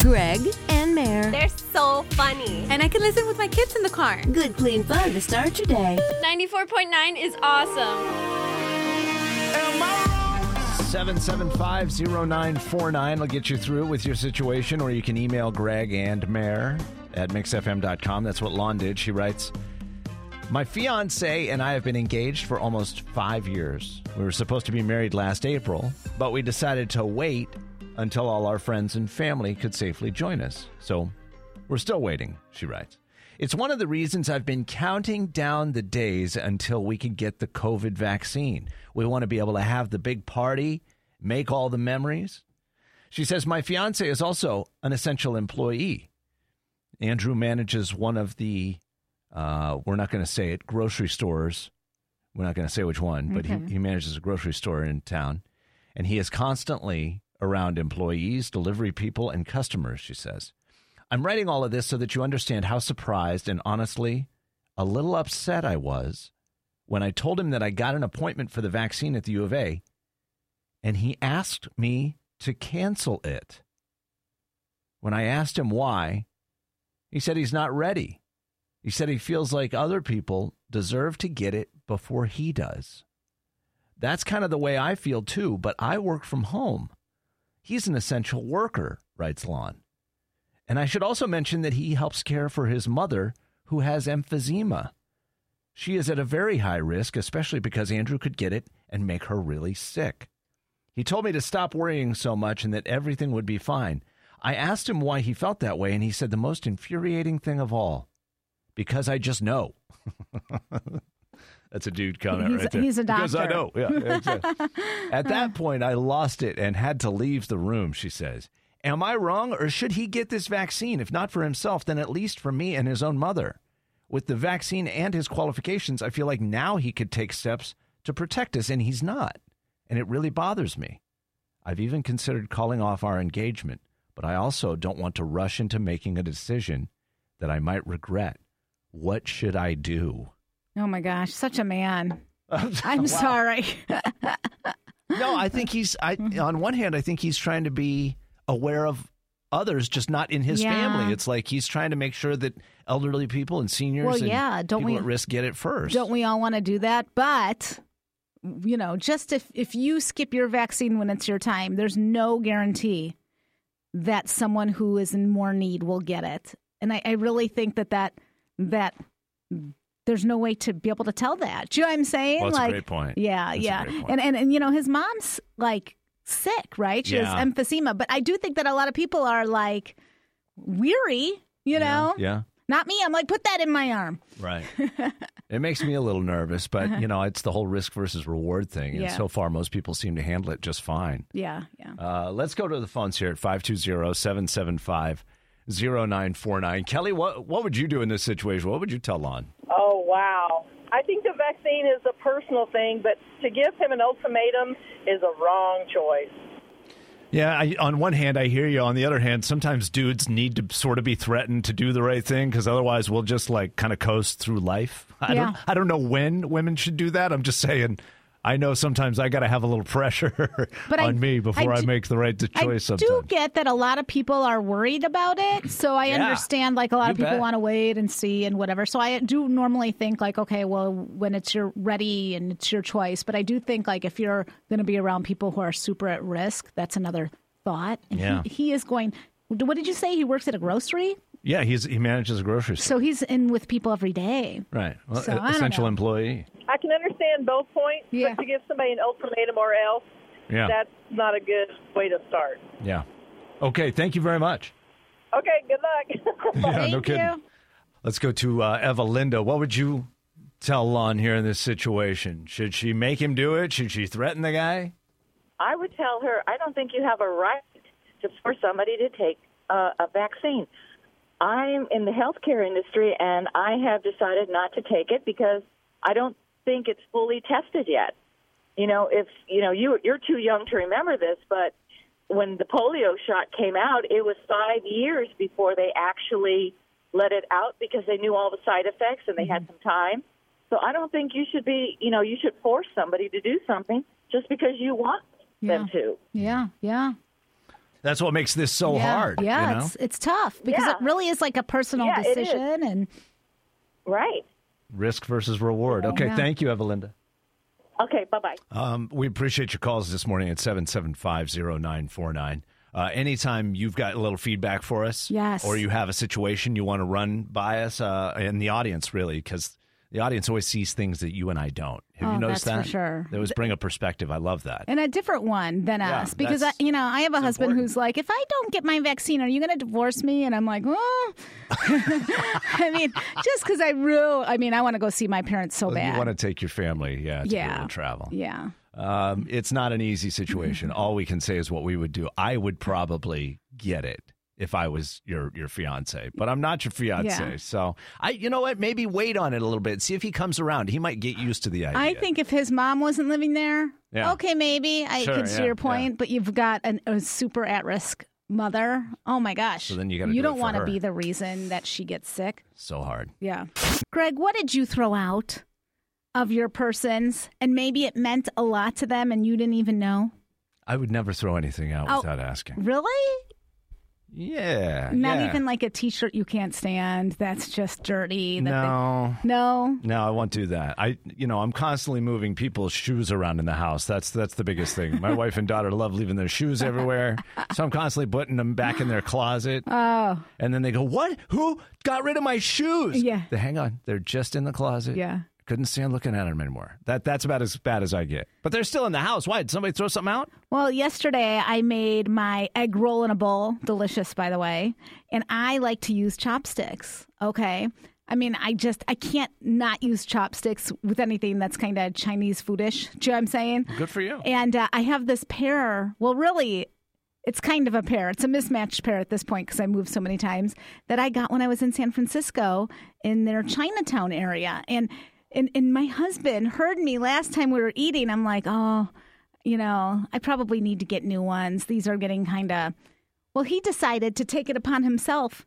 Greg, and Mare. They're so funny. And I can listen with my kids in the car. Good, clean fun to start your day. 94.9 is awesome. 775-0949 will get you through with your situation, or you can email Greg and Mayor at mixfm.com. That's what Lon did. She writes, My fiance and I have been engaged for almost five years. We were supposed to be married last April, but we decided to wait until all our friends and family could safely join us. So we're still waiting, she writes. It's one of the reasons I've been counting down the days until we can get the COVID vaccine. We want to be able to have the big party, make all the memories. She says, My fiance is also an essential employee. Andrew manages one of the, uh, we're not going to say it, grocery stores. We're not going to say which one, but he, he manages a grocery store in town. And he is constantly around employees, delivery people, and customers, she says. I'm writing all of this so that you understand how surprised and honestly a little upset I was when I told him that I got an appointment for the vaccine at the U of A and he asked me to cancel it. When I asked him why, he said he's not ready. He said he feels like other people deserve to get it before he does. That's kind of the way I feel too, but I work from home. He's an essential worker, writes Lon. And I should also mention that he helps care for his mother, who has emphysema. She is at a very high risk, especially because Andrew could get it and make her really sick. He told me to stop worrying so much and that everything would be fine. I asked him why he felt that way, and he said the most infuriating thing of all because I just know. That's a dude comment He's- right there. he's a Because I doctor. know. Yeah, yeah, exactly. At Hmm. that point, I lost it and had to leave the room, she says. Am I wrong, or should he get this vaccine? If not for himself, then at least for me and his own mother. With the vaccine and his qualifications, I feel like now he could take steps to protect us, and he's not. And it really bothers me. I've even considered calling off our engagement, but I also don't want to rush into making a decision that I might regret. What should I do? Oh my gosh, such a man. I'm sorry. No, I think he's. I Mm-hmm. on one hand, I think he's trying to be aware of others, just not in his Yeah. family. It's like he's trying to make sure that elderly people and seniors, Well, and yeah, don't people we- at risk get it 1st Don't we all want to do that? But you know, just if if you skip your vaccine when it's your time, there's no guarantee that someone who is in more need will get it. And I, I really think that that that there's no way to be able to tell that. Do you know what I'm saying? Well, that's a like, great point. Yeah, That's a yeah. great point. And and and you know, his mom's like sick, right? She Yeah. has emphysema. But I do think that a lot of people are like weary. You know, Yeah, not me. I'm like, put that in my arm. right. it makes me a little nervous, but you know, it's the whole risk versus reward thing, and Uh-huh. Yeah. so far, most people seem to handle it just fine. Yeah, yeah. Uh, let's go to the phones here at 520-775-0949. Kelly, what what would you do in this situation? What would you tell Lon? Oh, wow. I think the vaccine is a personal thing, but to give him an ultimatum is a wrong choice. Yeah, I, on one hand, I hear you. On the other hand, sometimes dudes need to sort of be threatened to do the right thing because otherwise we'll just like kind of coast through life. I Yeah. don't I don't know when women should do that. I'm just saying I know sometimes I got to have a little pressure But I- on me before I, I do- make the right choice I sometimes. do get that a lot of people are worried about it, so I Yeah. understand like a lot of You people bet. want to wait and see and whatever. So I do normally think like, okay, well, when it's your ready and it's your choice, but I do think like if you're going to be around people who are super at risk, that's another thought. And Yeah. he, he is going. What did you say? He works at a grocery, Yeah, he's he manages a grocery store. so he's in with people every day. right. Well, e, So, I don't essential know. employee. I can understand both points, Yeah. but to give somebody an ultimatum or else, Yeah. that's not a good way to start. yeah. Okay, thank you very much. Okay, good luck. Yeah, Thank no kidding. you. Let's go to uh, Eva Linda. What would you tell Lon here in this situation? Should she make him do it? Should she threaten the guy? I would tell her, I don't think you have a right to force somebody to take uh, a vaccine. I'm in the healthcare industry, and I have decided not to take it because I don't think it's fully tested yet. You know, if you know you you're too young to remember this, but when the polio shot came out, it was five years before they actually let it out because they knew all the side effects and they had some time. So I don't think you should be, you know, you should force somebody to do something just because you want them to. Yeah, yeah. That's what makes this so yeah, hard. Yeah, you know? it's it's tough because Yeah. it really is like a personal Yeah, it is. decision, and Right. risk versus reward. Okay, thank you, Evelinda. Okay, bye bye. Um, we appreciate your calls this morning at 7750949. Uh, anytime you've got a little feedback for us, Yes. or you have a situation you want to run by us, uh, and the audience really, because the audience always sees things that you and I don't. Have you Oh, noticed that's that? for sure. They always bring a perspective. I love that. and a different one than Yeah, us because I, that's- you know I have a it's husband important. who's like, if I don't get my vaccine, are you going to divorce me? And I'm like, well, I mean, just because I real, I mean, I want to go see my parents so bad. Oh, You want to take your family, yeah, to be Yeah. able to travel. yeah, Mm-hmm. Um, it's not an easy situation. All we can say is what we would do. I would probably get it if I was your your fiance, but I'm not your fiance. Yeah. So I, you know what? Maybe wait on it a little bit. See if he comes around. He might get used to the idea. I think if his mom wasn't living there, Yeah. okay, maybe I Sure, could see yeah, yeah. your point, but you've got an, a super at risk mother. Oh my gosh! So then you gotta you do it don't for wanna her. be the reason that she gets sick. so hard. Yeah. Greg, what did you throw out of your persons? And maybe it meant a lot to them and you didn't even know? I would never throw anything out Oh. without asking. Really? Yeah. Not yeah. even like a t shirt you can't stand. That's just dirty. that No. they- no. No, I won't do that. I, you know, I'm constantly moving people's shoes around in the house. That's that's the biggest thing. My wife and daughter love leaving their shoes everywhere, so I'm constantly putting them back in their closet. Oh, And then they go, "What? Who got rid of my shoes?" Yeah. They, hang on, they're just in the closet. Yeah. Couldn't stand looking at them anymore. That that's about as bad as I get. But they're still in the house. Why did somebody throw something out? well, yesterday I made my egg roll in a bowl. Delicious, by the way. And I like to use chopsticks. Okay. I mean, I just, I can't not use chopsticks with anything that's kind of Chinese foodish. Do you know what I'm saying? Good for you. And uh, I have this pair. Well, really, it's kind of a pair. It's a mismatched pair at this point because I moved so many times that I got when I was in San Francisco in their Chinatown area. And and, and my husband heard me last time we were eating. I'm like, oh, you know, I probably need to get new ones. These are getting kind of. Well, he decided to take it upon himself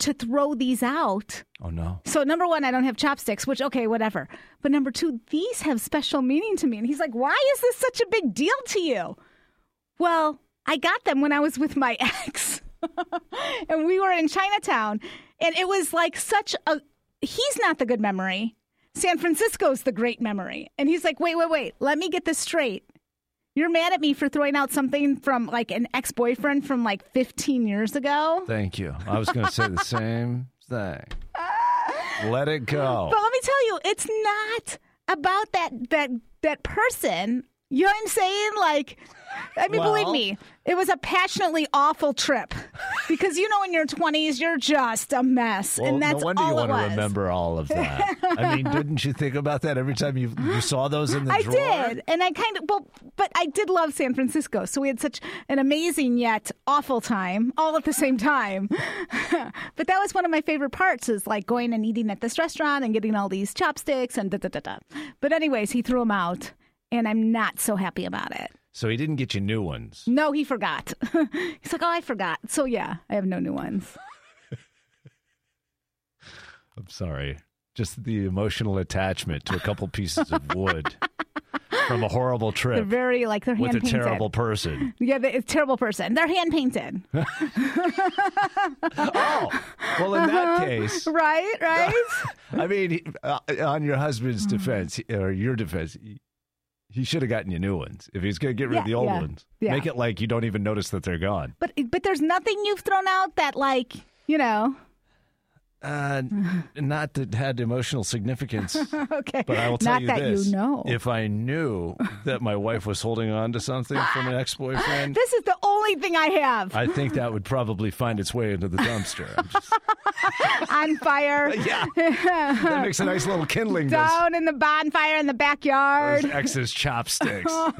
to throw these out. Oh no. So number one, I don't have chopsticks, which okay, whatever. But number two, these have special meaning to me. And he's like, why is this such a big deal to you? Well, I got them when I was with my ex, and we were in Chinatown, and it was like such a. He's not the good memory. San Francisco's the great memory, and he's like, wait, wait, wait. Let me get this straight. You're mad at me for throwing out something from like an ex boyfriend from like 15 years ago. Thank you. I was going to say the same thing. Let it go. But let me tell you, it's not about that that that person. You know what I'm saying? Like, I mean, believe Well- me, it was a passionately awful trip because you know, in your 20s, you're just a mess, Well, and that's no wonder all you it want was. to remember all of that. I mean, didn't you think about that every time you, you saw those in the I drawer? did, and I kind of well, but I did love San Francisco, so we had such an amazing yet awful time all at the same time. but that was one of my favorite parts is like going and eating at this restaurant and getting all these chopsticks and da da da da. But anyways, he threw them out, and I'm not so happy about it. So he didn't get you new ones. No, he forgot. He's like, oh, I forgot. So yeah, I have no new ones. I'm sorry. Just the emotional attachment to a couple pieces of wood from a horrible They're trip very like they're with a hand painted. terrible person. yeah, they, it's a terrible person. They're hand painted, Oh, well, in that case, right? Right? I mean, uh, on your husband's Mm-hmm. defense or your defense, he- he should have gotten you new ones. If he's going to get rid of Yeah, the old yeah, ones, yeah. make it like you don't even notice that they're gone. But but there's nothing you've thrown out that like you know. Uh, not that had emotional significance. Okay. But I will tell Not you that this: you know. if I knew that my wife was holding on to something from an ex-boyfriend, this is the only thing I have I think that would probably find its way into the dumpster. on I'm just- fire yeah, that makes a nice little kindling. Those, down in the bonfire in the those backyard. ex's chopsticks.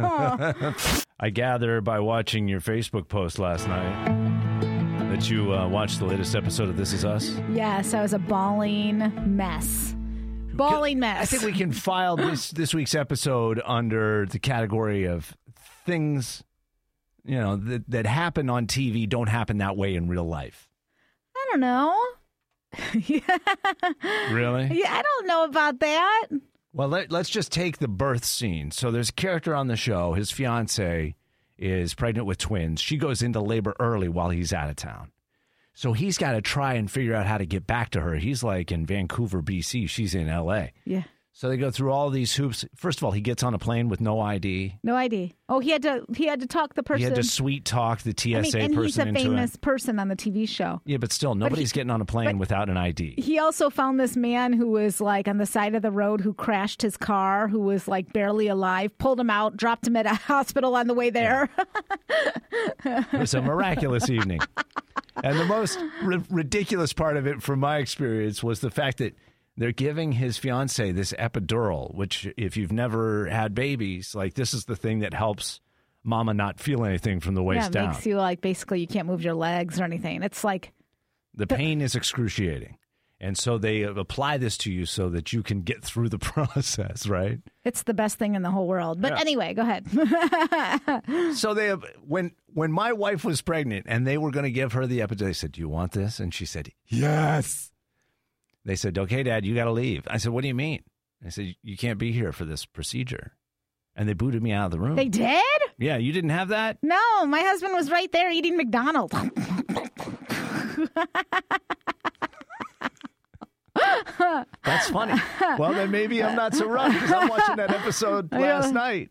I gather by watching your Facebook post last night that you uh, watched the latest episode of This Is Us. Yes, I was a bawling mess. Bawling mess. I think we can file this this week's episode under the category of things you know that that happen on TV don't happen that way in real life. I don't know. yeah. Really? yeah, I don't know about that. Well, let, let's just take the birth scene. So there's a character on the show, his fiance is pregnant with twins. She goes into labor early while he's out of town. So he's got to try and figure out how to get back to her. He's like in Vancouver, BC. She's in LA. Yeah. So they go through all these hoops. First of all, he gets on a plane with no ID. No idea. Oh, he had to he had to talk the person. He had to sweet talk the TSA I mean, and person he's a into it. famous person on the TV show. Yeah, but still, nobody's getting on a plane without an ID. He also found this man who was like on the side of the road who crashed his car, who was like barely alive, pulled him out, dropped him at a hospital on the way there. It was a miraculous evening. And the most ri- ridiculous part of it, from my experience, was the fact that they're giving his fiance this epidural, which, if you've never had babies, like this is the thing that helps mama not feel anything from the yeah, waist it down. makes you like basically you can't move your legs or anything. It's like the pain is excruciating. And so they apply this to you so that you can get through the process, right? it's the best thing in the whole world. But Yeah. anyway, go ahead. So they when when my wife was pregnant and they were going to give her the epidural, they said, "Do you want this?" And she said, "Yes." They said, "Okay, Dad, you got to leave." I said, "What do you mean?" They said, "You can't be here for this procedure," and they booted me out of the room. they did? yeah, you didn't have that. No, my husband was right there eating McDonald's. That's funny. well, then maybe I'm not so rough because I'm watching that episode last night,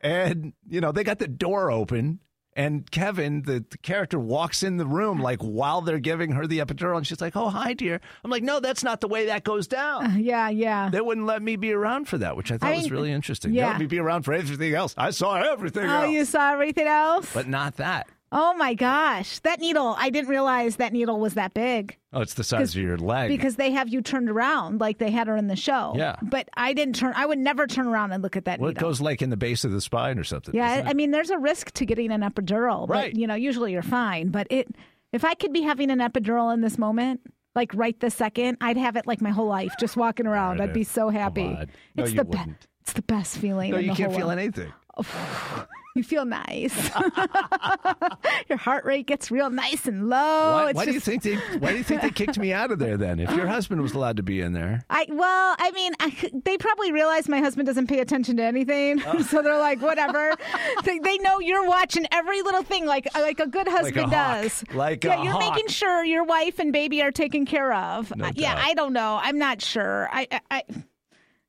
and you know they got the door open. And Kevin, the, the character, walks in the room like while they're giving her the epidural, and she's like, "Oh, hi, dear." I'm like, "No, that's not the way that goes down." yeah, yeah. They wouldn't let me be around for that, which I thought I was mean, really interesting. They yeah. let me be around for everything else. I saw everything Oh, else, you saw everything else? but not that. Oh my gosh, that needle! I didn't realize that needle was that big Oh, it's the size of your leg. because they have you turned around like they had her in the show. Yeah. but I didn't turn. I would never turn around and look at that well, it needle. goes like in the base of the spine or something. yeah, isn't I, I it? mean, there's a risk to getting an epidural, Right. but you know, usually you're fine. But it, if I could be having an epidural in this moment. Like right this second, I'd have it like my whole life, just walking around. Meredith, I'd be so happy. come on. No, It's you the be- wouldn't. It's the best feeling. no, in you the can't whole feel world. anything. You feel nice. Your heart rate gets real nice and low. why Oh, It's why do you just- think they? Why do you think they kicked me out of there then? If your husband was allowed to be in there, I well, I mean, I, they probably realize my husband doesn't pay attention to anything, so they're like, whatever. they, they know you're watching every little thing, like like a good husband hawk. does. Like yeah, a you're hawk. making sure your wife and baby are taken care of. No Uh, yeah, doubt. I don't know. I'm not sure. I, I, I,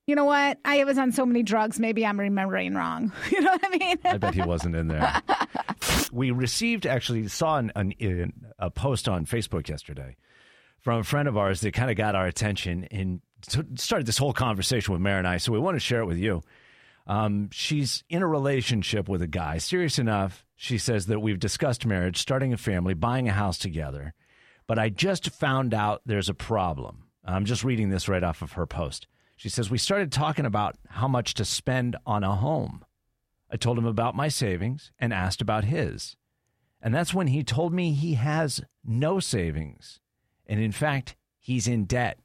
you know what? I was on so many drugs. Maybe I'm remembering wrong. you know what I mean? I bet he wasn't in there. we received actually saw an, an, an a post on Facebook yesterday from a friend of ours that kind of got our attention and t- started this whole conversation with Mary and I. So we want to share it with you. Um, she's in a relationship with a guy, serious enough. She says that we've discussed marriage, starting a family, buying a house together, but I just found out there's a problem. I'm just reading this right off of her post. She says, We started talking about how much to spend on a home. I told him about my savings and asked about his. And that's when he told me he has no savings. And in fact, he's in debt.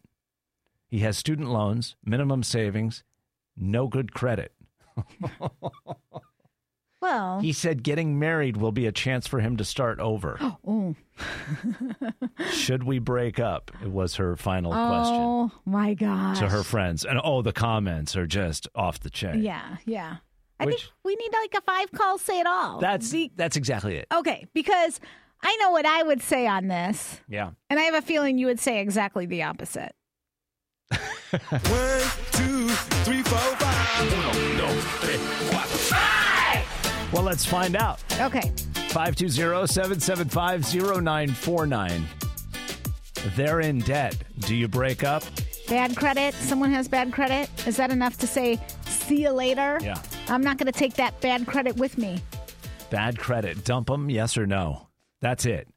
He has student loans, minimum savings, no good credit. Well, He said getting married will be a chance for him to start over. oh, Should we break up? It was her final question oh my gosh. to her friends. And oh, the comments are just off the chain. Yeah, yeah. I Which- think we need like a five call say it all. That's Be- that's exactly it. okay because I know what I would say on this, Yeah. and I have a feeling you would say exactly the opposite. One, two, three, four, five. Uno, dos, tres, cuatro, five. Well, let's find out. Okay, 520-775-0949. They're in debt. Do you break up? bad credit. Someone has bad credit. Is that enough to say see you later? Yeah. I'm not going to take that bad credit with me. Bad credit. Dump them, yes or no? That's it.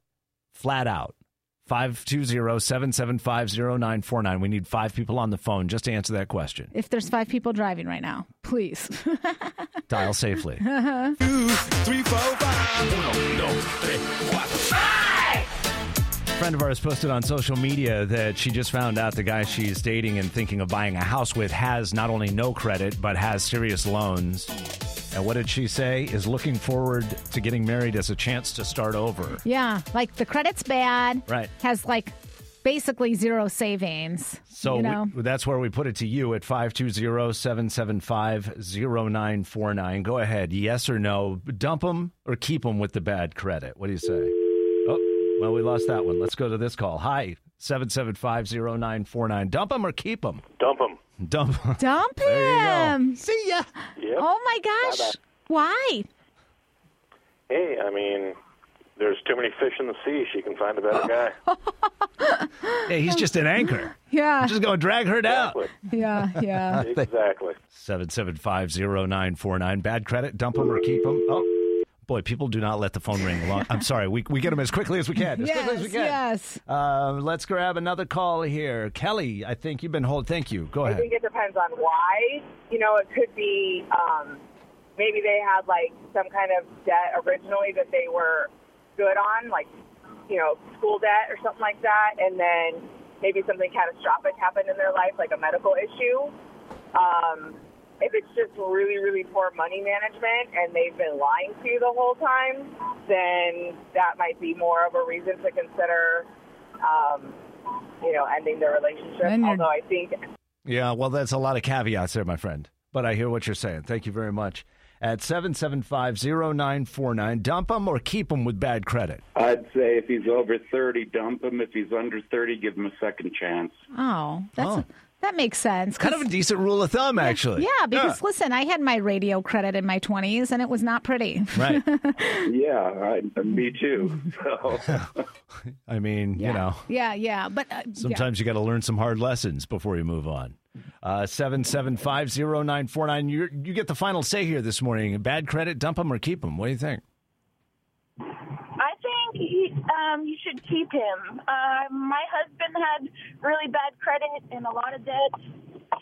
Flat out. 520-775-0949. We need five people on the phone just to answer that question. If there's five people driving right now, please. Dial safely. Two, three, four, five. Uno, dos, tres, cuatro, five. A friend of ours posted on social media that she just found out the guy she's dating and thinking of buying a house with has not only no credit, but has serious loans. And what did she say? Is looking forward to getting married as a chance to start over. yeah, like the credit's bad. Right. Has like basically zero savings. So you we- know, that's where we put it to you at 520-775-0949. Go ahead, yes or no, dump them or keep them with the bad credit. What do you say? Oh, well, we lost that one. Let's go to this call. Hi, 775-0949. Dump them or keep them? Dump them. Dump 'em. dump There him. See ya. Oh my gosh. Why? Hey, I mean, there's too many fish in the sea. She can find a better guy. Hey, he's just an anchor. Yeah. I'm just going to drag her down. Exactly. Yeah. Yeah. Exactly. 7750949. Bad credit, dump them or keep them. Oh, boy, people do not let the phone ring long. I'm sorry. We, we get them as quickly as we can. As quickly as we yes. can. Yes. Um, let's grab another call here. Kelly, I think you've been hold. Thank you. Go I ahead. think it depends on why. You know, it could be um, maybe they had like some kind of debt originally that they were good on, like you know, school debt or something like that, and then maybe something catastrophic happened in their life, like a medical issue. Um, if it's just really, really poor money management and they've been lying to you the whole time, then that might be more of a reason to consider, um, you know, ending their relationship. Then you're- Although I think Yeah, well, that's a lot of caveats there, my friend. But I hear what you're saying. Thank you very much. At 7750949, dump them or keep them with bad credit. I'd say if he's over 30, dump him. If he's under 30, give him a second chance. Oh, that's Oh. that makes sense. Kind of a 'cause- decent rule of thumb, actually. yeah, because listen, I had my radio credit in my 20s and it was not pretty. Right. Yeah, I, me too. So, I mean, you know. Yeah, yeah, but uh, yeah. Sometimes you got to learn some hard lessons before you move on. Uh, seven seven five zero nine four nine. You you get the final say here this morning. Bad credit, dump them or keep them. What do you think? I think he, um, you should keep him. Uh, my husband had really bad credit and a lot of debt,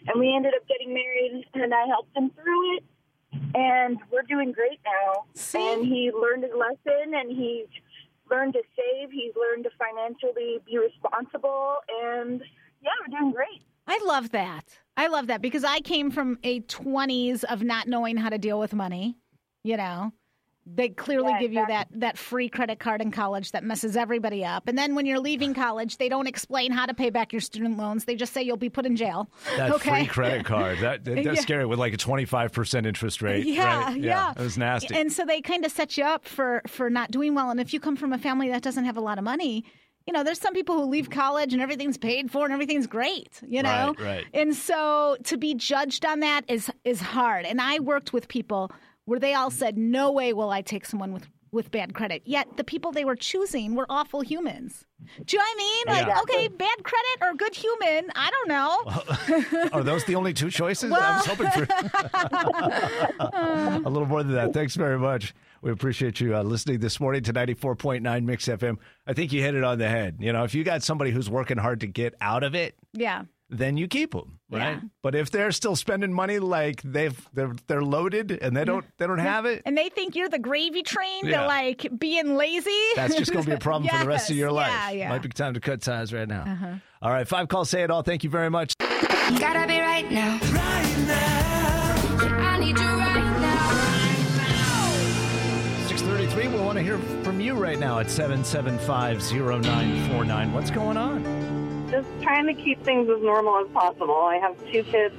and we ended up getting married, and I helped him through it, and we're doing great now. See? And he learned his lesson, and he's learned to save. He's learned to financially be responsible, and yeah, we're doing great. I love that. I love that because I came from a 20s of not knowing how to deal with money, you know. They clearly Yeah, give you that that free credit card in college that messes everybody up. And then when you're leaving college, they don't explain how to pay back your student loans. They just say you'll be put in jail. That okay? free credit card. That, that- that's Yeah. scary with like a twenty five percent interest rate. Yeah, right? yeah. It was nasty. And so they kind of set you up for for not doing well. And if you come from a family that doesn't have a lot of money, you know, there's some people who leave college and everything's paid for and everything's great, you know. Right, right. And so to be judged on that is is hard. And I worked with people where they all said, "No way will I take someone with with bad credit." Yet the people they were choosing were awful humans. Do you know what I mean? Like, Yeah. okay, bad credit or good human? I don't know. Are those the only two choices? I was hoping for a little more than that. Thanks very much. We appreciate you uh, listening this morning to 94.9 Mix FM. I think you hit it on the head. You know, if you got somebody who's working hard to get out of it, yeah. then you keep them, right? But if they're still spending money like they've they're they're loaded and they don't they don't have it, and they think you're the gravy train Yeah. to like being lazy. that's just going to be a problem for the rest of Yes, your life. Yeah, yeah. Uh-huh. Might be time to cut ties right now. All right, five calls say it all. Thank you very much. Gotta be right now. I need you right now. 633, we want to hear from you right now at 7750949. What's going on? just trying to keep things as normal as possible. I have two kids,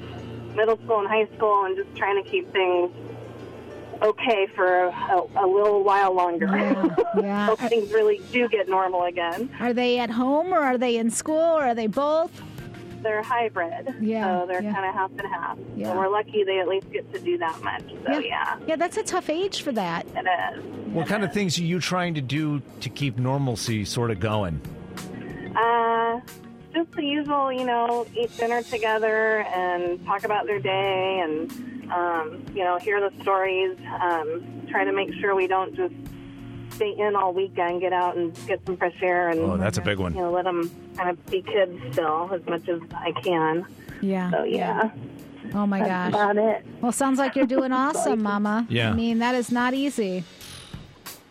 middle school and high school, and just trying to keep things okay for a, a little while longer. Yeah, yeah. Hope things really do get normal again. Are they at home or are they in school or are they both? They're hybrid, Yeah, so they're yeah. kind of half and half. Yeah. And we're lucky they at least get to do that much. So Oh, yeah, yeah, that's a tough age for that. it is. What kind of things are you trying to do to keep normalcy sort of going? Uh, just the usual, you know, eat dinner together and talk about their day and, um, you know, hear the stories. Um, try to make sure we don't just stay in all weekend, get out and get some fresh air and, Oh, that's a big you one. know, let them kind of be kids still as much as I can. Yeah. So, yeah. Oh my That's gosh. about it. Well, sounds like you're doing awesome, Mama. Yeah. I mean, that is not easy.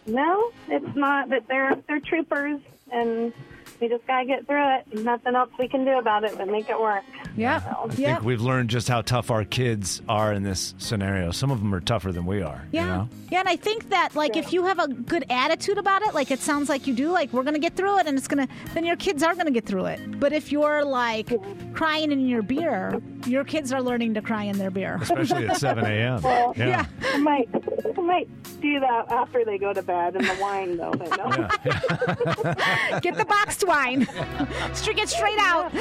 No, it's not. But they're they're troopers, and We just gotta get through it. There's nothing else we can do about it but make it work. Yeah. I think we've learned just how tough our kids are in this scenario. Some of them are tougher than we are. Yeah. You know? Yeah, and I think that like if you have a good attitude about it, like it sounds like you do, like we're gonna get through it and it's gonna then your kids are gonna get through it. But if you're like crying in your beer, your kids are learning to cry in their beer. Especially at 7 a.m. Well, Yeah. yeah. I might, I might do that after they go to bed and the wine though. But no. Get the boxed wine. Drink it straight out.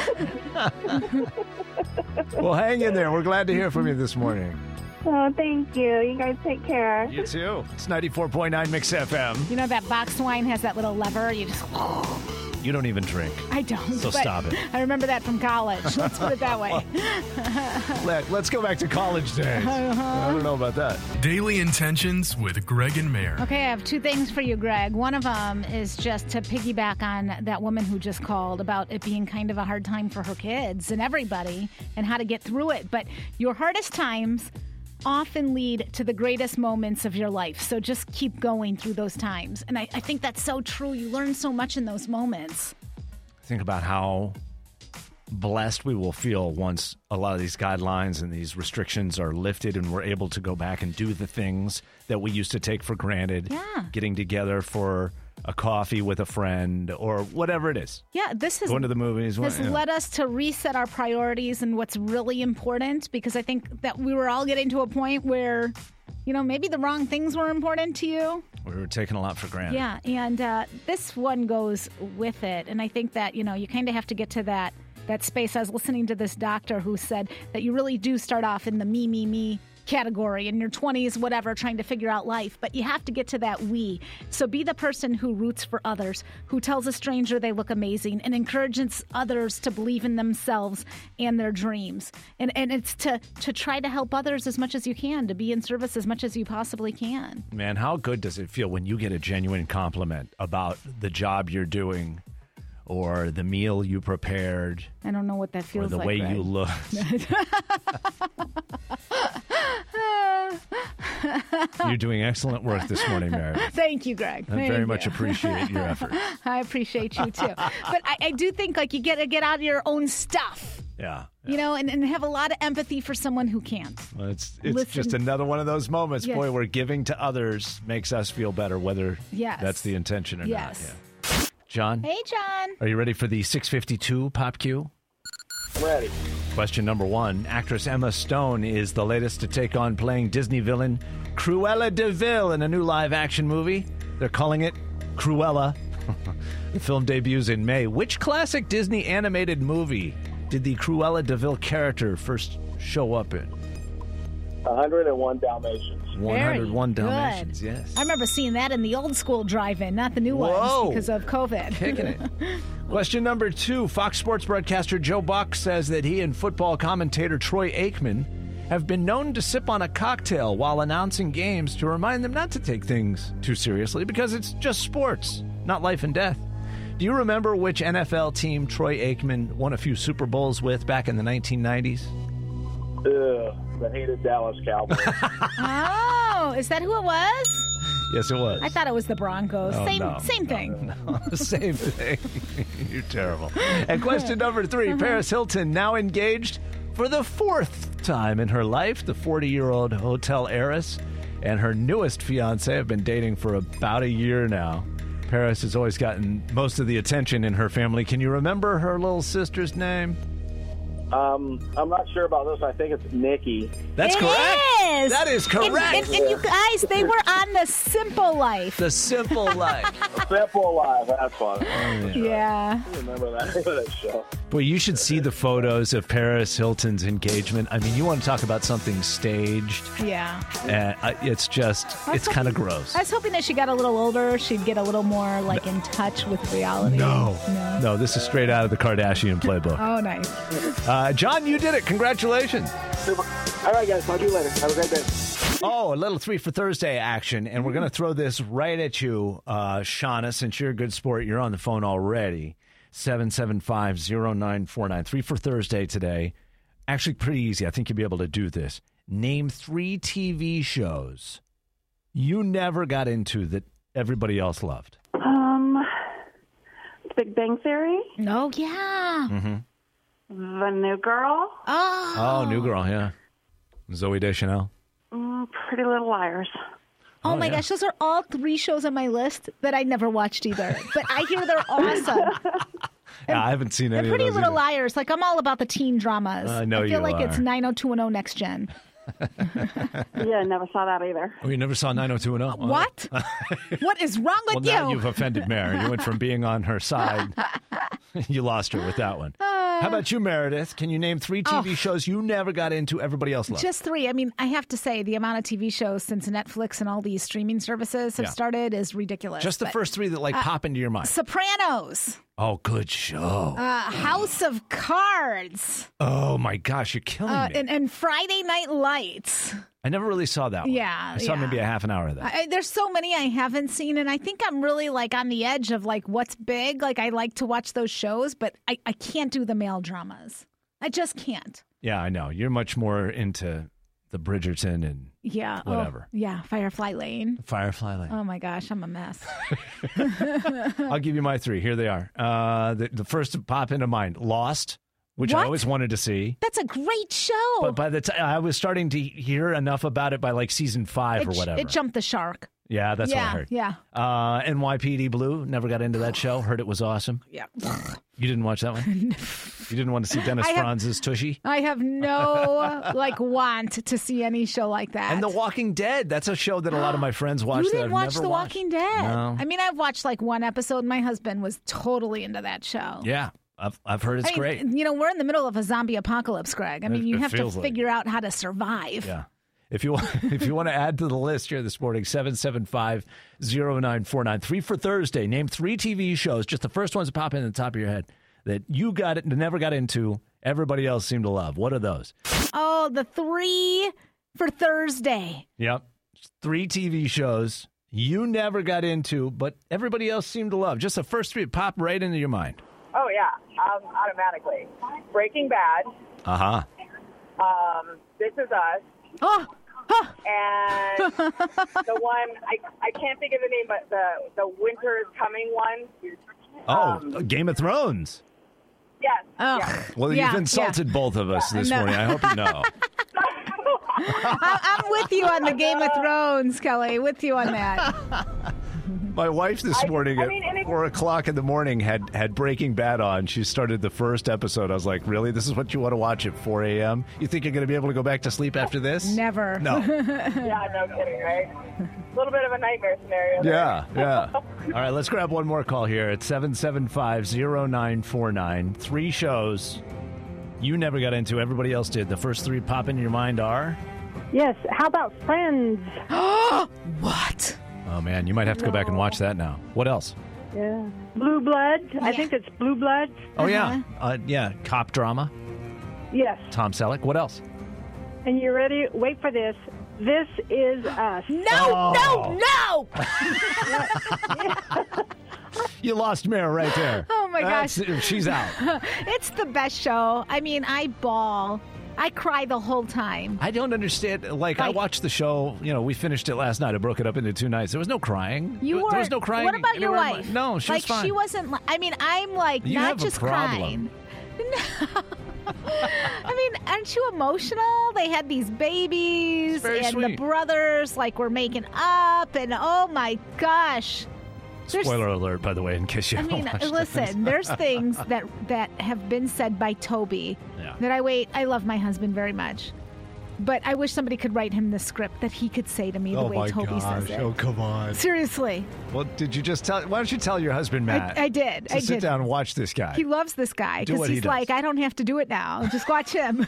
Well, hang in there. We're glad to hear from you this morning. Oh, thank you. You guys take care. You too. It's 94.9 Mix FM. You know that boxed wine has that little lever. You just You don't even drink. I don't. So but stop it. I remember that from college. Let's put it that way. Let, let's go back to college days. Uh-huh. I don't know about that. Daily Intentions with Greg and Mayor. Okay, I have two things for you, Greg. One of them is just to piggyback on that woman who just called about it being kind of a hard time for her kids and everybody and how to get through it. But your hardest times often lead to the greatest moments of your life. So just keep going through those times. And I, I think that's so true. You learn so much in those moments. Think about how blessed we will feel once a lot of these guidelines and these restrictions are lifted and we're able to go back and do the things that we used to take for granted. Yeah. Getting together for a coffee with a friend or whatever it is. Yeah, this has Going to the movies. has what- yeah. led us to reset our priorities and what's really important because I think that we were all getting to a point where, you know, maybe the wrong things were important to you. we were taking a lot for granted. Yeah, and uh, this one goes with it, and I think that you know you kind of have to get to that that space. I was listening to this doctor who said that you really do start off in the me, me, me category in your 20s whatever trying to figure out life but you have to get to that we so be the person who roots for others who tells a stranger they look amazing and encourages others to believe in themselves and their dreams and and it's to to try to help others as much as you can to be in service as much as you possibly can Man, how good does it feel when you get a genuine compliment about the job you're doing or the meal you prepared i don't know what that feels or the like way you Greg. look? You're doing excellent work this morning, Mary. Thank you, Greg. I Thank very you. much appreciate your effort. I appreciate you too. but I, I do think like you get to get out of your own stuff, Yeah. you know, and, and have a lot of empathy for someone who can't. Well, it's it's Listen- just another one of those moments, Yes. boy, where giving to others makes us feel better, whether Yes. that's the intention or Yes. not. Yeah. John, Hey, John. are you ready for the 652 pop cue? Ready. Question number one Actress Emma Stone is the latest to take on playing Disney villain Cruella de Vil in a new live action movie. They're calling it Cruella. the film debuts in May. Which classic Disney animated movie did the Cruella de Vil character first show up in? 101 Dalmatians. Very 101 good. Dalmatians, yes. I remember seeing that in the old school drive-in, not the new Whoa. ones because of COVID. Kicking it. Question number two Fox Sports broadcaster Joe Buck says that he and football commentator Troy Aikman have been known to sip on a cocktail while announcing games to remind them not to take things too seriously because it's just sports, not life and death. Do you remember which NFL team Troy Aikman won a few Super Bowls with back in the 1990s? Ugh, the hated Dallas Cowboys. oh, is that who it was? Yes, it was. I thought it was the Broncos. Oh, same no, same thing. Same thing. Uh-huh. You're terrible. And question number 3 Paris Hilton now engaged for the fourth time in her life. The 40 year old hotel heiress and her newest fiance have been dating for about a year now. Paris has always gotten most of the attention in her family. Can you remember her little sister's name? um, I'm not sure about this. I think it's Nikki. That's It correct. is. That is And- correct. And, and you guys, they were on the Simple Life. The simple life. Simple Life. That's fun. Yeah. I remember that, that show. Boy, you should see the photos of Paris Hilton's engagement. I mean, you want to talk about something staged. Yeah. And I- it's just, I was it's kind of hoping- gross. I was hoping that she got a little older, she'd get a little more like in touch with reality. No, No. no, this is straight out of the Kardashian playbook. Oh, nice. Uh, John, you did it. Congratulations. Super. All right, guys. Talk to you later. Have a great day. Oh, a little three for Thursday action, and we're going to throw this right at you, uh, Shauna, since you're a good sport. You're on the phone already. 7750949. Three for Thursday today. Actually, pretty easy. I think you'll be able to do this. Name three TV shows you never got into that everybody else loved. Um, Big Bang Theory? No. Yeah. Mm-hmm. The New Girl? Oh. Oh, New Girl, yeah. Zoe Deschanel. Mm, Pretty Little Liars. Oh, my gosh, those are all three shows on my list that I never watched either. But I hear they're awesome. Yeah, I haven't seen They're any pretty of those. little either. liars. Like I'm all about the teen dramas. I know I feel you like it's are. 90210 next gen. yeah, never saw that either. Oh, you never saw 90210? What? what is wrong well, with now you? you've offended Mary. You went from being on her side, you lost her with that one. Uh, How about you, Meredith? Can you name three TV shows you never got into, everybody else loved? Oh. Just three. I mean, I have to say the amount of TV shows since Netflix and all these streaming services have Yeah. started is ridiculous. Just the But, first three that like uh, pop into your mind. Sopranos, oh, good show. uh, House of Cards, oh my gosh, you're killing uh, me. and, and Friday Night Lights. I never really saw that one. Yeah, I saw yeah. maybe a half an hour of that. I, there's so many I haven't seen, and I think I'm really like on the edge of like what's big. Like I like to watch those shows, but I, I can't do the male dramas. I just can't. yeah, I know. You're much more into the Bridgerton and Yeah. oh, Whatever. yeah. Firefly Lane. Firefly Lane. Oh my gosh, I'm a mess. I'll give you my three. Here they are. Uh, the, the first to pop into mind, Lost, which I What? Oh. always wanted to see. That's a great show. But by the time I was starting to hear enough about it by like season five it, or j- whatever. it jumped the shark. yeah, that's yeah, what I heard. Yeah. Uh, NYPD Blue. Never got into that show. Heard it was awesome. Yeah. You didn't watch that one. you didn't want to see Dennis I have- Franz's Tushy. I have no like want to see any show like that. And The Walking Dead. That's a show that a lot of my friends watch. you that didn't I've watch never The watched. Walking Dead. No. I mean, I've watched like one episode. My husband was totally into that show. Yeah, I've I've heard it's I mean, great. You know, we're in the middle of a zombie apocalypse, Greg. I mean, It- you it have to feels like figure out how to survive. Yeah. If you want, if you want to add to the list here this morning, 775-0949. Three for Thursday. Name three TV shows, just the first ones that pop in the top of your head that you got never got into, everybody else seemed to love. What are those? Oh, the three for Thursday. Yep. Three TV shows you never got into, but everybody else seemed to love. Just the first three pop right into your mind. Oh yeah, um, automatically. Breaking Bad, Uh-huh. um, This Is Us, oh, and the one I, I can't think of the name, but the the Winter is Coming one. Oh, Game of Thrones. Yes. Oh, Well, yeah, you've insulted both of us this No. morning. I hope you know. I- I'm with you on the Game of Thrones, Kelly. With you on that. My wife this I- morning I mean, and at it- four o'clock in the morning had had Breaking Bad on. She started the first episode. I was like, "Really? This is what you want to watch at four a.m.? You think you're going to be able to go back to sleep after this? Never. No. yeah, no kidding, right? A little bit of a nightmare scenario. there. Yeah, yeah. All right, let's grab one more call here at 775-0949. Three shows you never got into, everybody else did. The first three pop into your mind are. Yes. How about Friends? what? Oh man, you might have to go back and watch that now. What else? Yeah. Blue Bloods. I think it's Blue Bloods. Oh yeah, uh, yeah, cop drama. Yes. Tom Selleck. What else? And you ready? Wait for this. This is us. No, Oh. no, no. You lost Mare right there. Oh my That's- gosh. she's out. it's the best show. I mean, I ball. I cry the whole time. I don't understand. Like, I Like- watched the show. You know, we finished it last night. I broke it up into two nights. There was no crying. You there, were. there was no crying. What about your anywhere in my- wife? No, she like was fine. she wasn't. li- I mean, I'm like You not have a just problem. crying. No. I mean, aren't you emotional? They had these babies, It's very and the sweet. brothers like were making up, and oh my gosh. There's- Spoiler alert, by the way, in case you I haven't mean, watched listen, this. there's things that that have been said by Toby Yeah. that I wait. I love my husband very much, but I wish somebody could write him the script that he could say to me the oh way my Toby gosh! says it. Oh come on! Seriously, Well, did you just tell? Why don't you tell your husband Matt? I, I did. To I sit did. down and watch this guy. He loves this guy Do because what he he's does. like, I don't have to do it now. Just watch him.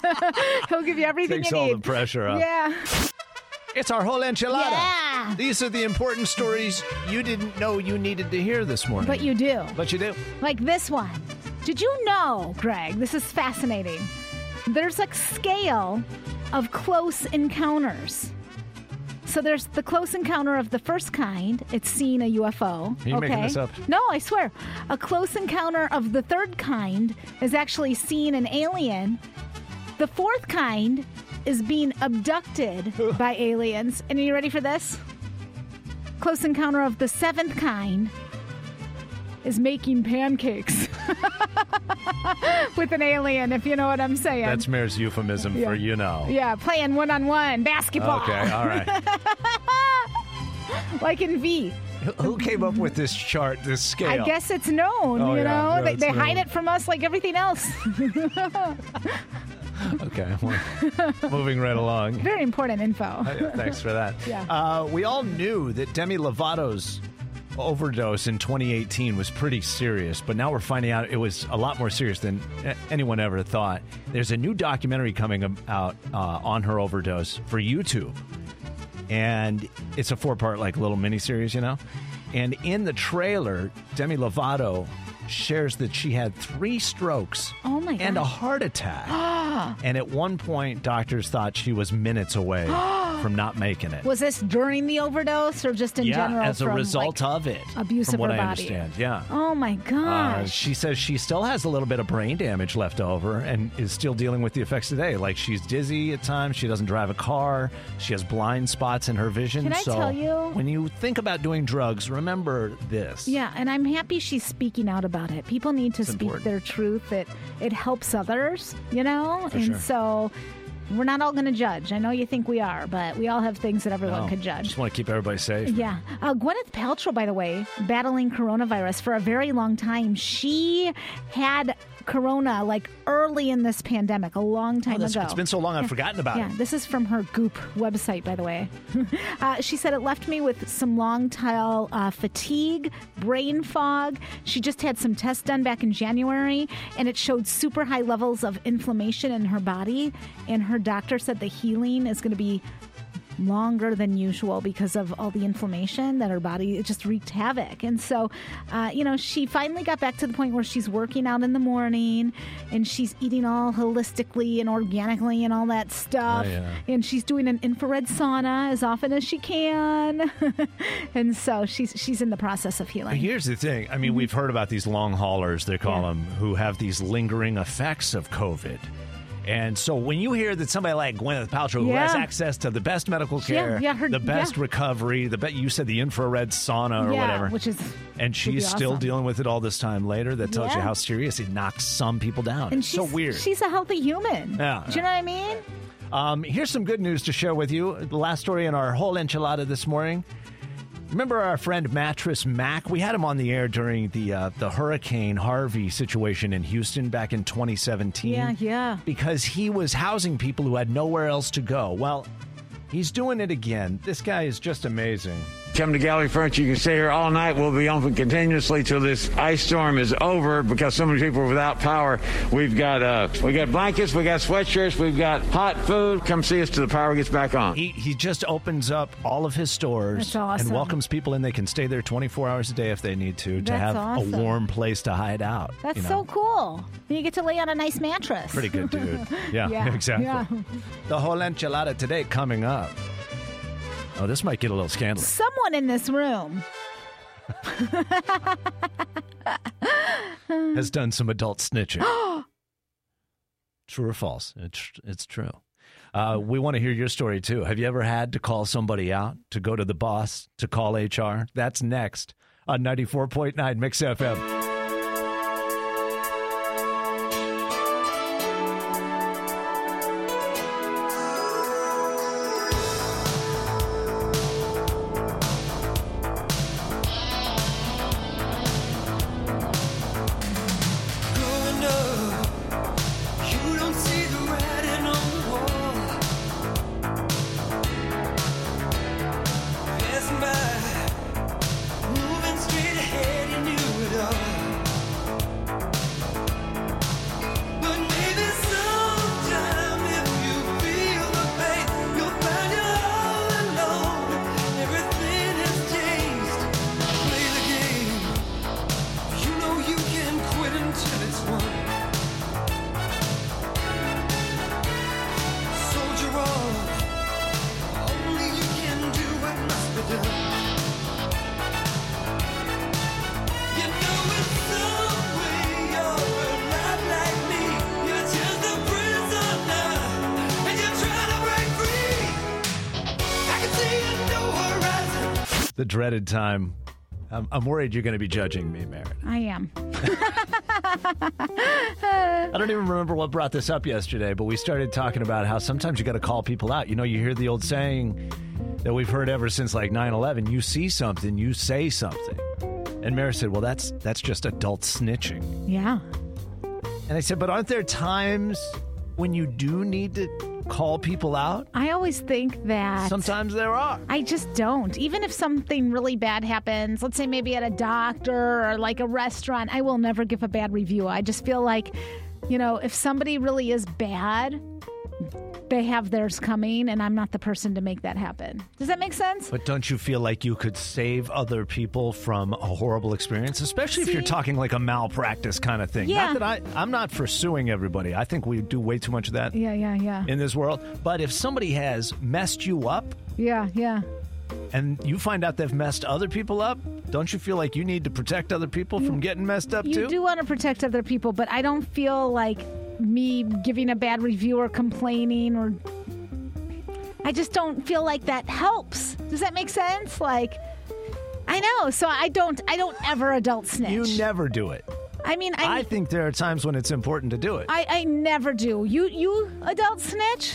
He'll give you everything Takes you all need. the pressure off. Yeah. It's our whole enchilada. Yeah. These are the important stories you didn't know you needed to hear this morning. But you do. But you do. Like this one. Did you know, Greg? This is fascinating. There's a scale of close encounters. So there's the close encounter of the first kind. It's seen a UFO. Are you okay. making this up? No, I swear. A close encounter of the third kind is actually seeing an alien. The fourth kind is being abducted by aliens. And are you ready for this? Close encounter of the seventh kind is making pancakes with an alien, if you know what I'm saying. That's Mayor's euphemism Yeah. for you know. yeah, playing one on one basketball. Okay, all right. like in V. Who came up with this chart, this I scale? guess it's known, Oh, you yeah, know? yeah, they it's they hide known. it from us like everything else. Okay, well, moving right along. Very important info. Uh, Thanks for that. Yeah. Uh, we all knew that Demi Lovato's overdose in 2018 was pretty serious, but now we're finding out it was a lot more serious than a- anyone ever thought. There's a new documentary coming ab- out uh, on her overdose for YouTube, and it's a four part like little miniseries, you know. And in the trailer, Demi Lovato shares that she had three strokes Oh my and a heart attack. And at one point, doctors thought she was minutes away from not making it. Was this during the overdose or just in yeah, general? as a from, result like- of it. abuse from of what her I body. understand. Yeah. Oh my Uh, gosh. she says she still has a little bit of brain damage left over and is still dealing with the effects today. Like she's dizzy at times, she doesn't drive a car, she has blind spots in her vision. Can I so tell you- when you think about doing drugs, remember this. yeah, and I'm happy she's speaking out about it. People need to speak important. their truth. It it helps others, you know? For and sure. so we're not all going to judge. I know you think we are, but we all have things that everyone No, could judge. Oh, Just want to keep everybody safe. Yeah. Uh, Gwyneth Paltrow, by the way, battling coronavirus for a very long time. She had corona like early in this pandemic, a long time Oh, that's- ago. it's been so long I've forgotten about yeah, it. This is from her Goop website, by the way. uh, she said it left me with some long tail uh, fatigue, brain fog. She just had some tests done back in January, and it showed super high levels of inflammation in her body. And her doctor said the healing is going to be longer than usual because of all the inflammation that her body it just wreaked havoc and so uh, you know she finally got back to the point where she's working out in the morning and she's eating all holistically and organically and all that stuff Oh, yeah. and she's doing an infrared sauna as often as she can and so she's she's in the process of But healing Here's the thing. I mean, Mm-hmm. we've heard about these long haulers, they call them, who have these lingering effects of COVID. And so when you hear that somebody like Gwyneth Paltrow, who has Yeah. access to the best medical Yeah, care, yeah, her- the best yeah. recovery, the bet you said the infrared sauna or yeah whatever, which is would be and she's still awesome. dealing with it all this time later, that tells you Yeah. how serious it knocks some people down. and it's she's so weird. she's a healthy human Yeah. do you know what i mean Um, here's some good news to share with you. The last story in our whole enchilada this morning. Remember our friend Mattress Mac? We had him on the air during the uh, the Hurricane Harvey situation in Houston back in 2017. Yeah, yeah. Because he was housing people who had nowhere else to go. Well, he's doing it again. This guy is just amazing. Come to Gallery Furniture. You can stay here all night. We'll be open continuously till this ice storm is over because so many people are without power. We've got uh, we got blankets, we got sweatshirts, we've got hot food. Come see us till the power gets back on. He he just opens up all of his stores That's awesome. and welcomes people in. They can stay there 24 hours a day if they need to to That's have awesome. a warm place to hide out. that's you know? so cool you get to lay on a nice mattress Pretty good dude. Yeah, Yeah, exactly. yeah. The whole enchilada today coming up. Oh, this might get a little scandalous. someone in this room Has done some adult snitching. true or false? It's, it's true. Uh, we want to hear your story too. Have you ever had to call somebody out, to go to the boss, to call HR? That's next on 94.9 Mix FM. Growing up, you don't see the writing on the wall. Passing by, moving straight ahead, you knew it all. But maybe sometime if you feel the pain, you'll find you're all alone. Everything has changed. Play the game. You know you can quit until it's won. Soldier on. Only you can do what must be done. You know in some way you're not like me. You're just a prisoner, and you're trying to break free. I can see a new horizon. The dreaded time I'm, I'm worried you're going to be judging me, Merritt. I am. I don't even remember what brought this up yesterday, but we started talking about how sometimes you got to call people out. You know, you hear the old saying that we've heard ever since like 9 11 you see something, you say something. And Mary said, well, that's, that's just adult snitching. Yeah. And I said, but aren't there times when you do need to call people out? I always think that. Sometimes there are. I just don't. Even if something really bad happens, let's say maybe at a doctor or like a restaurant, I will never give a bad review. I just feel like, you know, if somebody really is bad, they have theirs coming, and I'm not the person to make that happen. Does that make sense? But don't you feel like you could save other people from a horrible experience, especially if you're See? talking like a malpractice kind of thing? Yeah. Not that I, I'm not for suing everybody. I think we do way too much of that Yeah, yeah, yeah. in this world. But if somebody has messed you up Yeah, yeah. and you find out they've messed other people up, don't you feel like you need to protect other people from getting messed up you too? do want to protect other people, but I don't feel like me giving a bad review or complaining or I just don't feel like that helps. Does that make sense? Like I know, so I don't I don't ever adult snitch. You never do it. I mean, I, I think there are times when it's important to do it. I I never do. You you adult snitch?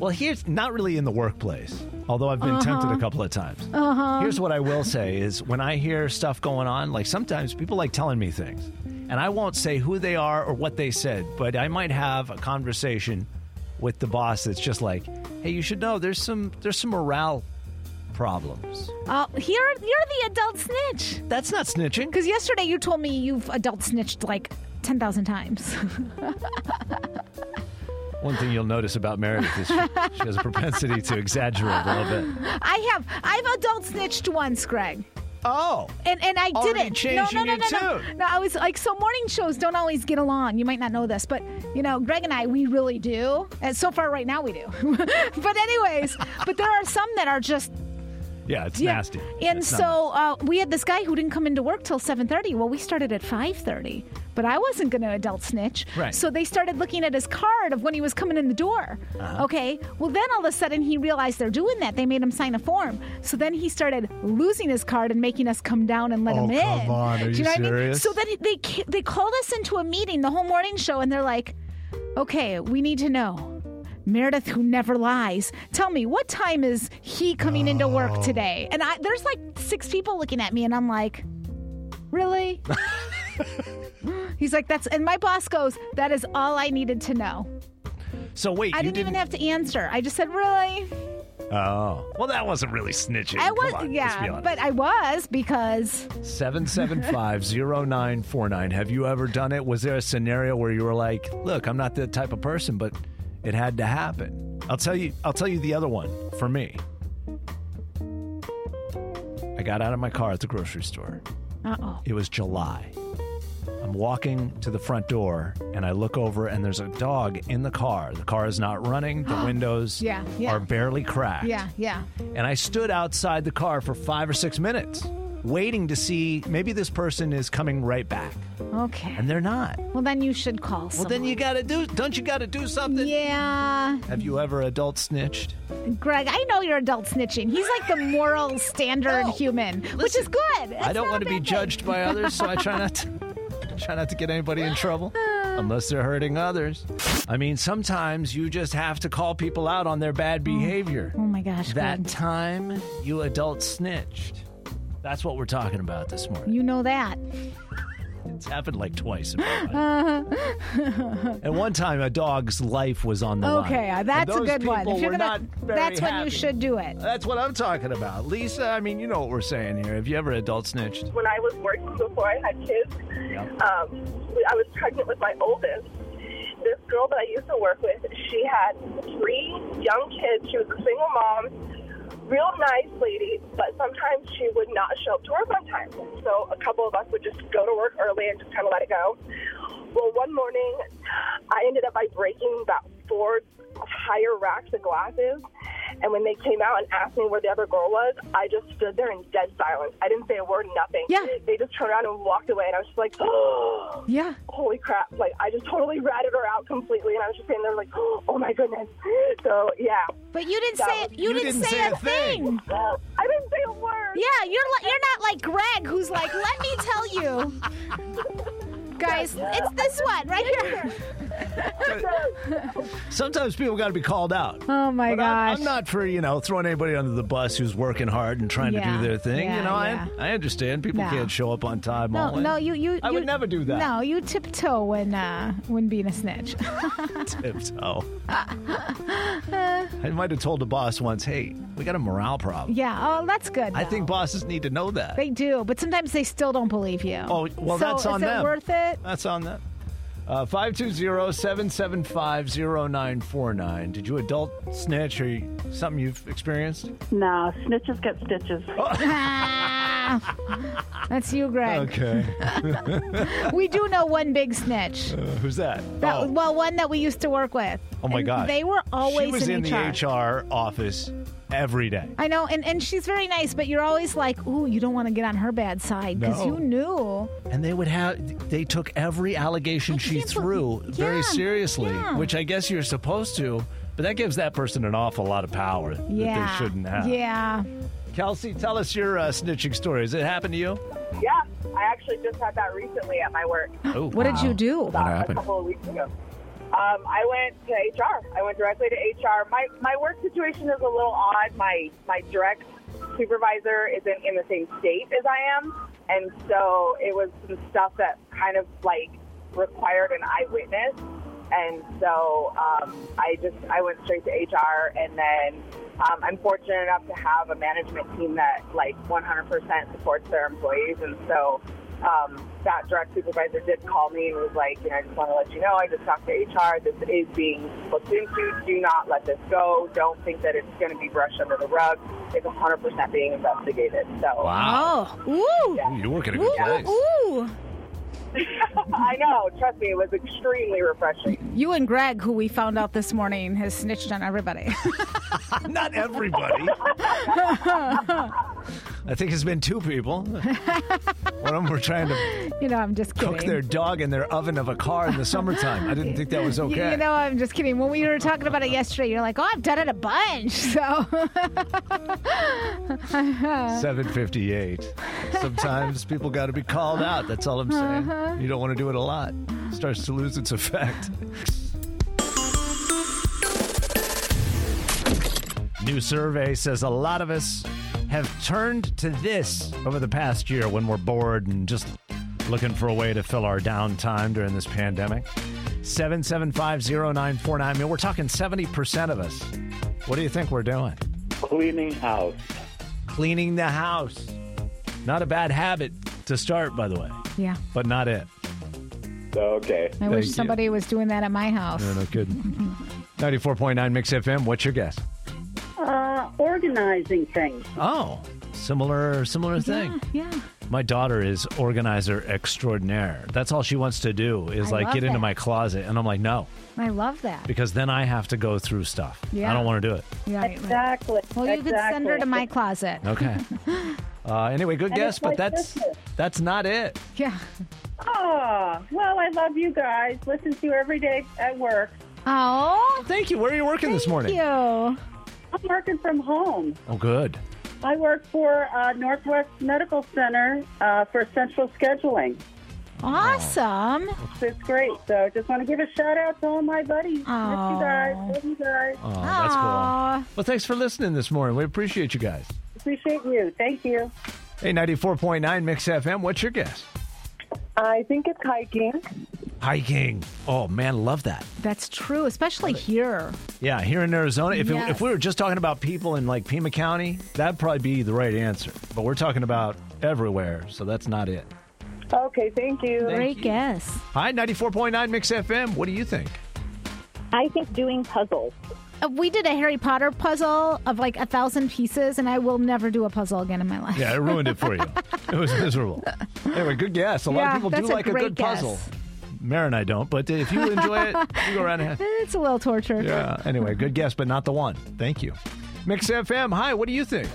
Well, here's not really in the workplace, although I've been tempted Uh-huh. a couple of times. Uh-huh. Here's what I will say is when I hear stuff going on, like sometimes people like telling me things, and I won't say who they are or what they said, but I might have a conversation with the boss that's just like, "Hey, you should know there's some there's some morale problems." Uh, here you're the adult snitch. That's not snitching. Cuz yesterday you told me you've adult snitched like 10,000 times. One thing you'll notice about Meredith is she, she has a propensity to exaggerate a little bit. I have. I've adult snitched once, Greg. Oh. And and I Already didn't. changing no, no, no, your no, no. tune. No, I was like, so morning shows don't always get along. You might not know this, but you know, Greg and I, we really do. And so far, right now, we do. but anyways, but there are some that are just Yeah, it's yeah. nasty. And It's not so uh, we had this guy who didn't come into work till 7:30. Well, we started at 5:30, but I wasn't going to adult snitch. Right. So they started looking at his card of when he was coming in the door. Uh-huh. Okay. Well, then all of a sudden he realized they're doing that. They made him sign a form. So then he started losing his card and making us come down and let Oh, him in. come on. Are Do you know What I mean? serious? So then they ca- they called us into a meeting, the whole morning show, and they're like, "Okay, we need to know." Meredith, who never lies, tell me what time is he coming into work Oh. today? And I, there's like six people looking at me, and I'm like, really? He's like, that's, and my boss goes, that is all I needed to know. So wait, I you didn't, even have to answer. I just said, really? Oh, well, that wasn't really snitching. I was, Come on, let's be yeah, honest. but I was because 775-0949. Have you ever done it? Was there a scenario where you were like, "Look, I'm not that type of person, but it had to happen." I'll tell you. I'll tell you the other one for me. I got out of my car at the grocery store. Uh oh. It was July. I'm walking to the front door and I look over and there's a dog in the car. The car is not running. The windows Yeah, yeah. are barely cracked. Yeah, yeah. And I stood outside the car for five or six minutes, waiting to see maybe this person is coming right back. Okay. And they're not. Well, then you should call Well, then you gotta do, don't you gotta do something? Yeah. Have you ever adult snitched? Greg, I know you're adult snitching. He's like the moral standard human, which is good. I don't want to be judged by others, so I try not to try not to get anybody in trouble unless they're hurting others. I mean, sometimes you just have to call people out on their bad behavior. Oh my gosh. That time you adult snitched. That's what we're talking about this morning. You know that. It's happened like twice. in my life. Uh-huh. At one time, a dog's life was on the line. okay, uh, And that's a those good one. people you're were gonna- not very that's when happy. you should do it. That's what I'm talking about. Lisa, I mean, you know what we're saying here. Have you ever adult snitched? when I was working before I had kids, um, I was pregnant with my oldest. This girl that I used to work with, she had three young kids. She was a single mom, real nice lady, but sometimes she would not show up to work on time. So a couple of us would just go to work early and just kind of let it go. Well, one morning, I ended up by breaking about four entire racks of glasses. And when they came out and asked me where the other girl was, I just stood there in dead silence. I didn't say a word, nothing. Yeah. They just turned around and walked away, and I was just like, oh, yeah. holy crap. Like, I just totally ratted her out completely, and I was just standing there like, oh my goodness. So, yeah. But you didn't That say was- you, didn't, say, a thing. I didn't say a word. Yeah, you're li- you're not like Greg, who's like, let me tell you, guys, it's this one right here. Sometimes people got to be called out. Oh my But I'm, gosh. I'm not for you know throwing anybody under the bus who's working hard and trying Yeah. to do their thing. Yeah, you know, yeah. I I understand people No. can't show up on time. No, all in. no, you you. I would you- never do that. No, you tiptoe when uh when being a snitch. Tiptoe. I might have told the boss once, "Hey, we got a morale problem." yeah. Oh, that's good. I though. think bosses need to know that. They do, but sometimes they still don't believe you. Oh, well, So that's on is them. it worth it? That's on them. Uh, 520-775-0949. Did you adult snitch or you- something you've experienced? No, snitches get stitches. That's you, Greg. Okay. we do know one big snitch. Uh, who's that? That, oh. Well, one that we used to work with. Oh, my And gosh. They were always she was in, the HR office every day. I know, and, and she's very nice, but you're always like, ooh, you don't want to get on her bad side because No. you knew. And they would have they took every allegation she threw very yeah, seriously, yeah. which I guess you're supposed to, but that gives that person an awful lot of power that Yeah. they shouldn't have. Yeah. Kelsey, tell us your uh, snitching story. Has it happened to you? Yeah, I actually just had that recently at my work. Oh, What did wow. you do? About What a happened? couple of weeks ago. Um, I went to HR. I went directly to HR. My my work situation is a little odd. My my direct supervisor isn't in the same state as I am, and so it was some stuff that kind of like required an eyewitness. And so um, I just I went straight to HR, and then um, I'm fortunate enough to have a management team that like 100% supports their employees, and so um, that direct supervisor did call me and was like, you know, I just want to let you know, I just talked to HR. This is being looked into. Do not let this go. Don't think that it's going to be brushed under the rug. It's 100% being investigated. So, Oh, ooh. Ooh, you're working Ooh, ooh, ooh. I know. Trust me, it was extremely refreshing. You and Greg, who we found out this morning, has snitched on everybody. Not everybody. I think it's been two people. One of them were trying to you know, I'm just kidding. cook their dog in their oven of a car in the summertime. I didn't think that was You- okay. You, know, I'm just kidding. When we were talking about it yesterday, you're like, oh, I've done it a bunch. So. 758. Sometimes people got to be called out. That's all I'm saying. Uh-huh. You don't want to do it a lot. starts to lose its effect. New survey says a lot of us have turned to this over the past year when we're bored and just looking for a way to fill our downtime during this pandemic. 7750949. I mean, we're talking 70% of us. What do you think we're doing? Cleaning house. Cleaning the house. Not a bad habit to start, by the way, yeah. but not it. Okay. I wish somebody was doing that at my house. No, no kidding. 94.9 Mix FM. What's your guess? Uh, organizing things. Oh, similar, similar thing. Yeah. My daughter is organizer extraordinaire. That's all she wants to do is I like love get into it. my closet, and I'm like, no, I love that. because then I have to go through stuff. I Yeah. don't want to do it. Yeah, exactly. Well, you could send her to exactly. my closet. Okay. uh, anyway, good And guess, it's but like that's Christmas. that's not it. Yeah. Oh, well, I love you guys. Listen to you every day at work. Oh. Thank you. Where are you working this morning? you. I'm working from home. Oh, good. I work for uh, Northwest Medical Center uh, for central scheduling. Awesome. It's great. So just want to give a shout out to all my buddies. Miss you Aw. guys. Love you guys. Oh, that's cool. Well, thanks for listening this morning. We appreciate you guys. Appreciate you. Thank you. Hey, 94.9 Mix FM. What's your guess? I think it's hiking. Hiking. Oh man, love that. That's true, especially here. Yeah, here in Arizona, if, it, Yes. if we were just talking about people in like Pima County, that'd probably be the right answer. But we're talking about everywhere, so that's not it. Okay, thank you. Great guess. Hi, 94.9 Mix FM. What do you think? I think doing puzzles. Uh, we did a Harry Potter puzzle of like a thousand pieces, and I will never do a puzzle again in my life. Yeah, it ruined it for you. It was miserable. Anyway, good guess. A lot Yeah, of people do that's a like a great good guess. puzzle. Mare and I don't, but if you enjoy it, you go around and have. It's a little torture. Yeah. Anyway, good guess, but not the one. Thank you. Mix FM. Hi, what do you think?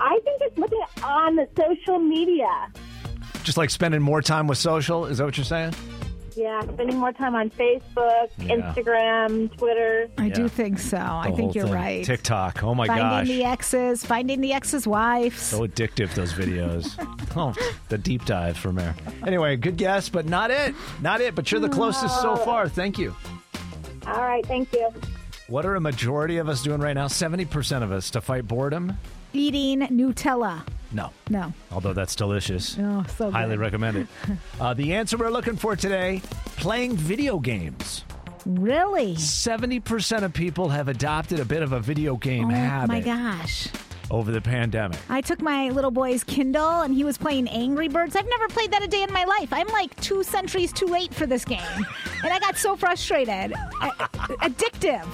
I think it's looking on the social media. Just like spending more time with social? Is that what you're saying? Yeah, spending more time on Facebook, Yeah. Instagram, Twitter. I Yeah. do think so. I The think whole you're thing. right. TikTok. Oh my finding gosh. the exes, finding the ex's wives. so addictive those videos. oh, the deep dive from there. Anyway, good guess, but not it. Not it, but you're the closest so far. Thank you. All right, thank you. What are a majority of us doing right now? 70% of us to fight boredom? Eating Nutella. No. No. Although that's delicious. Oh, so good. Highly recommend it. Uh, the answer we're looking for today playing video games. Really? 70% of people have adopted a bit of a video game oh habit my gosh. over the pandemic. I took my little boy's Kindle and he was playing Angry Birds. I've never played that a day in my life. I'm like two centuries too late for this game. and I got so frustrated. I- addictive.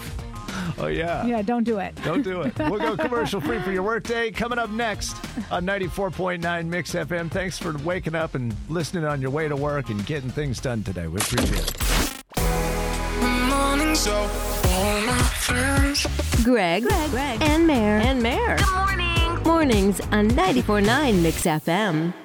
Oh, yeah. Yeah, don't do it. Don't do it. We'll go commercial free for your workday. Coming up next on 94.9 Mix FM. Thanks for waking up and listening on your way to work and getting things done today. We appreciate it. Morning show. All my friends. Greg, Greg, and Mayor, and Mayor. Good morning. Mornings on 94.9 Mix FM.